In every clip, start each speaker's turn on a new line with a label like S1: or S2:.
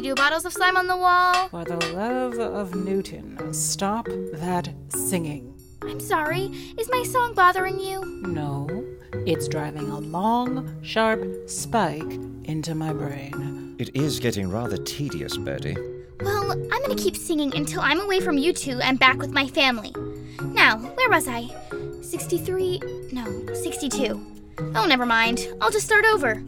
S1: few bottles of slime on the wall.
S2: For the love of Newton, stop that singing.
S1: I'm sorry. Is my song bothering you?
S2: No, it's driving a long, sharp spike into my brain.
S3: It is getting rather tedious, Bertie.
S1: Well, I'm gonna keep singing until I'm away from you two and back with my family. Now, where was I? 63? No, 62. Oh, never mind. I'll just start over.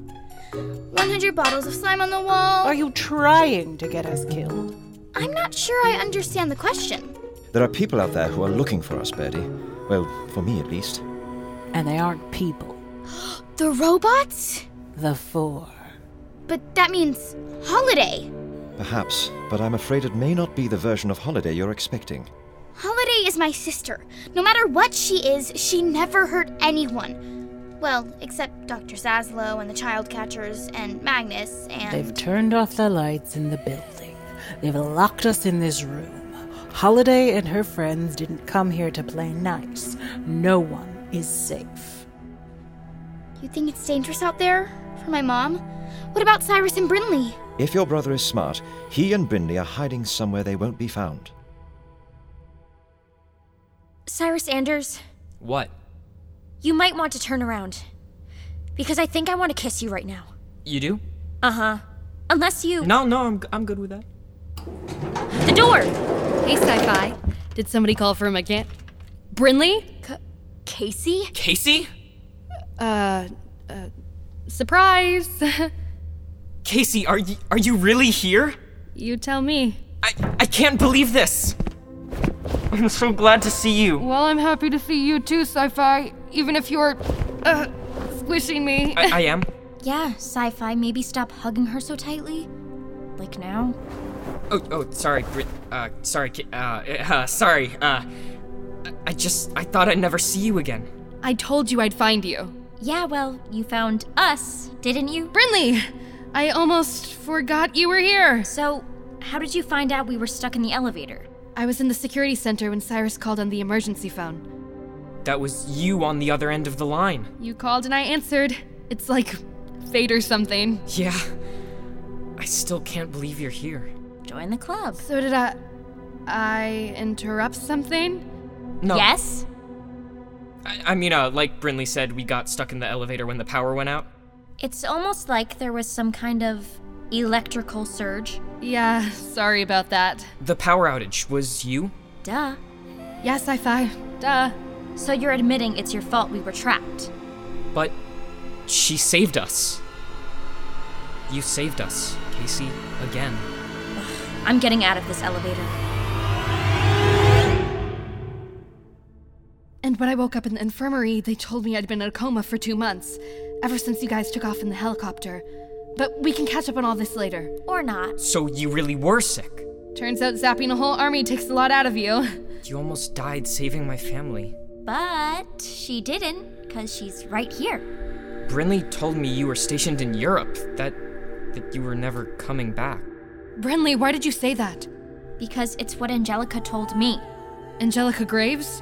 S1: 100 bottles of slime on the wall.
S2: Are you trying to get us killed?
S1: I'm not sure I understand the question.
S3: There are people out there who are looking for us, Bertie. Well, for me at least.
S2: And they aren't people,
S1: The robots?
S2: the four.
S1: But that means holiday.
S3: Perhaps, but I'm afraid it may not be the version of holiday you're expecting.
S1: Holiday is my sister. No matter what she is, she never hurt anyone. Well, except Dr. Zaslow and the child catchers and Magnus and.
S2: They've turned off the lights in the building. They've locked us in this room. Holiday and her friends didn't come here to play nice. No one is safe.
S1: You think it's dangerous out there? For my mom? What about Cyrus and Brinley?
S3: If your brother is smart, he and Brindley are hiding somewhere they won't be found.
S4: Cyrus Anders,
S5: What?
S4: you might want to turn around. Because I think I want to kiss you right now.
S5: You do?
S4: Uh huh. Unless you.
S5: No, no, I'm, I'm good with that.
S4: The door!
S6: Hey, Sci-Fi. Did somebody call for a mechanic? Brinley?
S4: Casey?
S5: Casey?
S6: Surprise!
S5: Casey, are you, are you really here?
S6: you tell me.
S5: I, I can't believe this! I'm so glad to see you.
S7: Well, I'm happy to see you too, sci fi, even if you're. Uh,
S6: Squishing me.
S5: I, I am.
S4: Yeah, sci fi, maybe stop hugging her so tightly. Like now?
S5: Oh, oh, sorry, Brit. Uh, sorry, Ki- uh, uh, sorry. Uh, I- I just, I thought I'd never see you again.
S6: I told you I'd find you.
S4: Yeah, well, you found us, didn't you?
S6: Brinley! I almost forgot you were here.
S4: So, how did you find out we were stuck in the elevator?
S6: I was in the security center when Cyrus called on the emergency phone.
S5: That was you on the other end of the line.
S6: You called and I answered. It's like fate or something.
S5: Yeah. I still can't believe you're here.
S4: Join the club.
S6: So did I. I interrupt something?
S5: No.
S4: Yes?
S5: I, I mean, uh, like Brinley said, we got stuck in the elevator when the power went out.
S4: It's almost like there was some kind of electrical surge.
S6: Yeah, sorry about that.
S5: The power outage was you?
S4: Duh.
S6: Yeah, sci fi. Duh.
S4: So you're admitting it's your fault we were trapped.
S5: But she saved us. You saved us, Casey, again.
S4: I'm getting out of this elevator.
S6: And when I woke up in the infirmary, they told me I'd been in a coma for two months, ever since you guys took off in the helicopter. But we can catch up on all this later.
S4: Or not.
S5: So you really were sick.
S6: Turns out zapping a whole army takes a lot out of you.
S5: You almost died saving my family.
S4: But she didn't, because she's right here.
S5: Brinley told me you were stationed in Europe, that that you were never coming back.
S6: Brinley, why did you say that?
S4: Because it's what Angelica told me.
S6: Angelica Graves?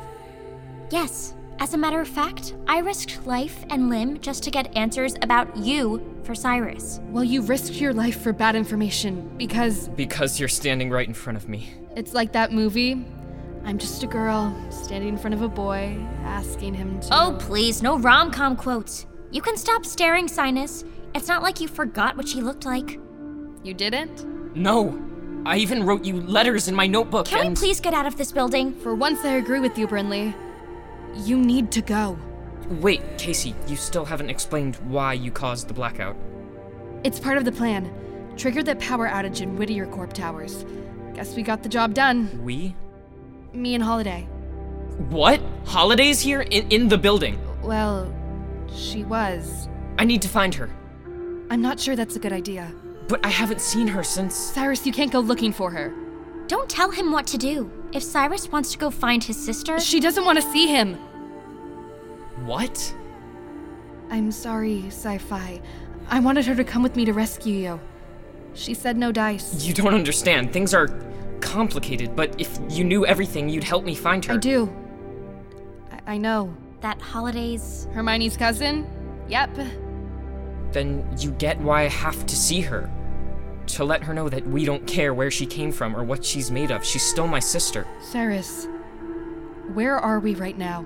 S4: Yes, as a matter of fact, I risked life and limb just to get answers about you for Cyrus.
S6: Well, you risked your life for bad information because
S5: Because you're standing right in front of me.
S6: it's like that movie. I'm just a girl standing in front of a boy, asking him to.
S4: Oh, please, no rom com quotes. You can stop staring, Sinus. It's not like you forgot what she looked like.
S6: you didn't?
S5: No! I even wrote you letters in my notebook
S4: Can we
S5: and-
S4: please get out of this building?
S6: For once, I agree with you, Brinley. You need to go.
S5: Wait, Casey, you still haven't explained why you caused the blackout.
S6: It's part of the plan. Trigger the power outage in Whittier Corp Towers. Guess we got the job done.
S5: We?
S6: Me and Holiday.
S5: What? Holidays here in, in the building.
S6: Well, she was.
S5: I need to find her.
S6: I'm not sure that's a good idea.
S5: But I haven't seen her since.
S6: Cyrus, you can't go looking for her.
S4: Don't tell him what to do. If Cyrus wants to go find his sister,
S6: She doesn't want to see him.
S5: What?
S6: I'm sorry, Sci Fi. I wanted her to come with me to rescue you. She said no dice.
S5: You don't understand. Things are complicated, but if you knew everything, you'd help me find her.
S6: I do. I, I know.
S4: that holidays.
S6: Hermione's cousin? Yep.
S5: Then you get why I have to see her. to let her know that we don't care where she came from or what she's made of. She's still my sister.
S6: Cyrus, where are we right now?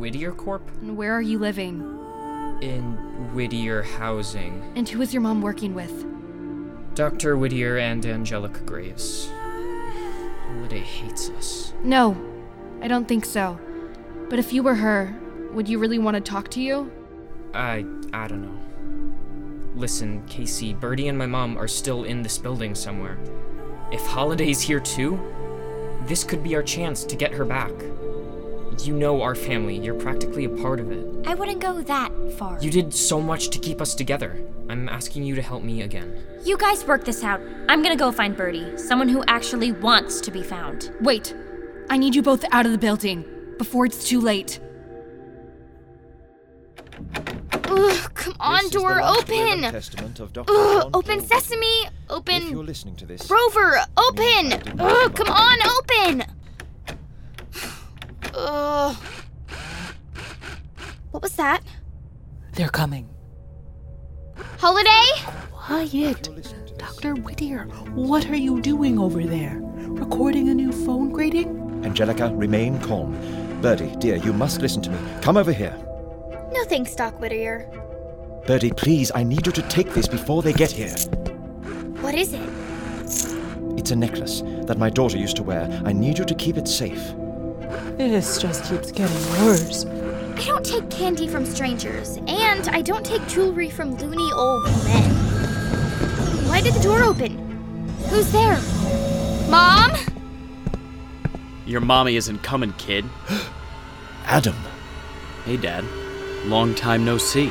S5: Whittier Corp?
S6: And where are you living?
S5: In Whittier Housing.
S6: And who is your mom working with?
S5: Dr. Whittier and Angelica Graves. Holiday hates us.
S6: No, I don't think so. But if you were her, would you really want to talk to you?
S5: I I don't know. Listen, Casey, Birdie and my mom are still in this building somewhere. If Holiday's here too, this could be our chance to get her back. You know our family, you're practically a part of it.
S4: I wouldn't go that far.
S5: You did so much to keep us together. I'm asking you to help me again.
S4: You guys work this out. I'm gonna go find Birdie, someone who actually wants to be found.
S6: Wait, I need you both out of the building before it's too late.
S1: Ugh, come on,
S3: This is the
S1: door,
S3: last will and
S1: open!
S3: Testament of Dr.
S1: Ugh,
S3: John
S1: open
S3: Clover.
S1: sesame!
S3: If you're
S1: Open
S3: listening to this,
S1: Rover,
S3: means I
S1: open!
S3: didn't
S1: Ugh,
S3: do
S1: come on, open! Ugh. What was that?
S2: They're coming.
S1: Holiday?
S2: Quiet. Dr. Whittier, what are you doing over there? Recording a new phone greeting?
S3: Angelica, remain calm. Birdie, dear, you must listen to me. Come over here.
S1: No thanks, Doc Whittier.
S3: Birdie, please, I need you to take this before they get here.
S1: What is it?
S3: It's a necklace that my daughter used to wear. I need you to keep it safe.
S2: This just keeps getting worse.
S1: I don't take candy from strangers, and I don't take jewelry from loony old men. Why did the door open? Who's there? Mom?
S8: Your mommy isn't coming, kid.
S3: Adam,
S8: Hey, Dad. Long time no see.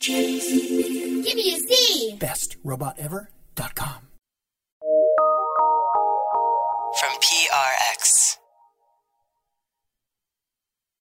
S1: Give me a Z!
S9: From PRX.